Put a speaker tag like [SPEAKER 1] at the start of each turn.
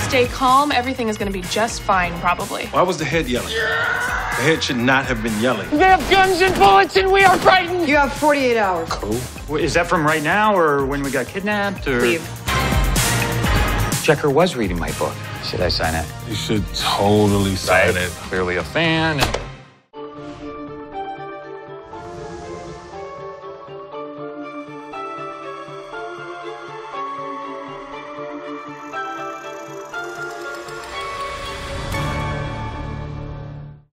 [SPEAKER 1] stay calm, everything is gonna be just fine, probably.
[SPEAKER 2] Why was the head yelling? The head should not have been yelling.
[SPEAKER 3] They have guns and bullets and we are frightened.
[SPEAKER 4] You have 48 hours.
[SPEAKER 2] Cool.
[SPEAKER 5] Wait, Is that from right now or when we got kidnapped or?
[SPEAKER 4] Leave.
[SPEAKER 5] Checker was reading my book. Should I sign it?
[SPEAKER 6] You should totally sign it.
[SPEAKER 5] Clearly a fan.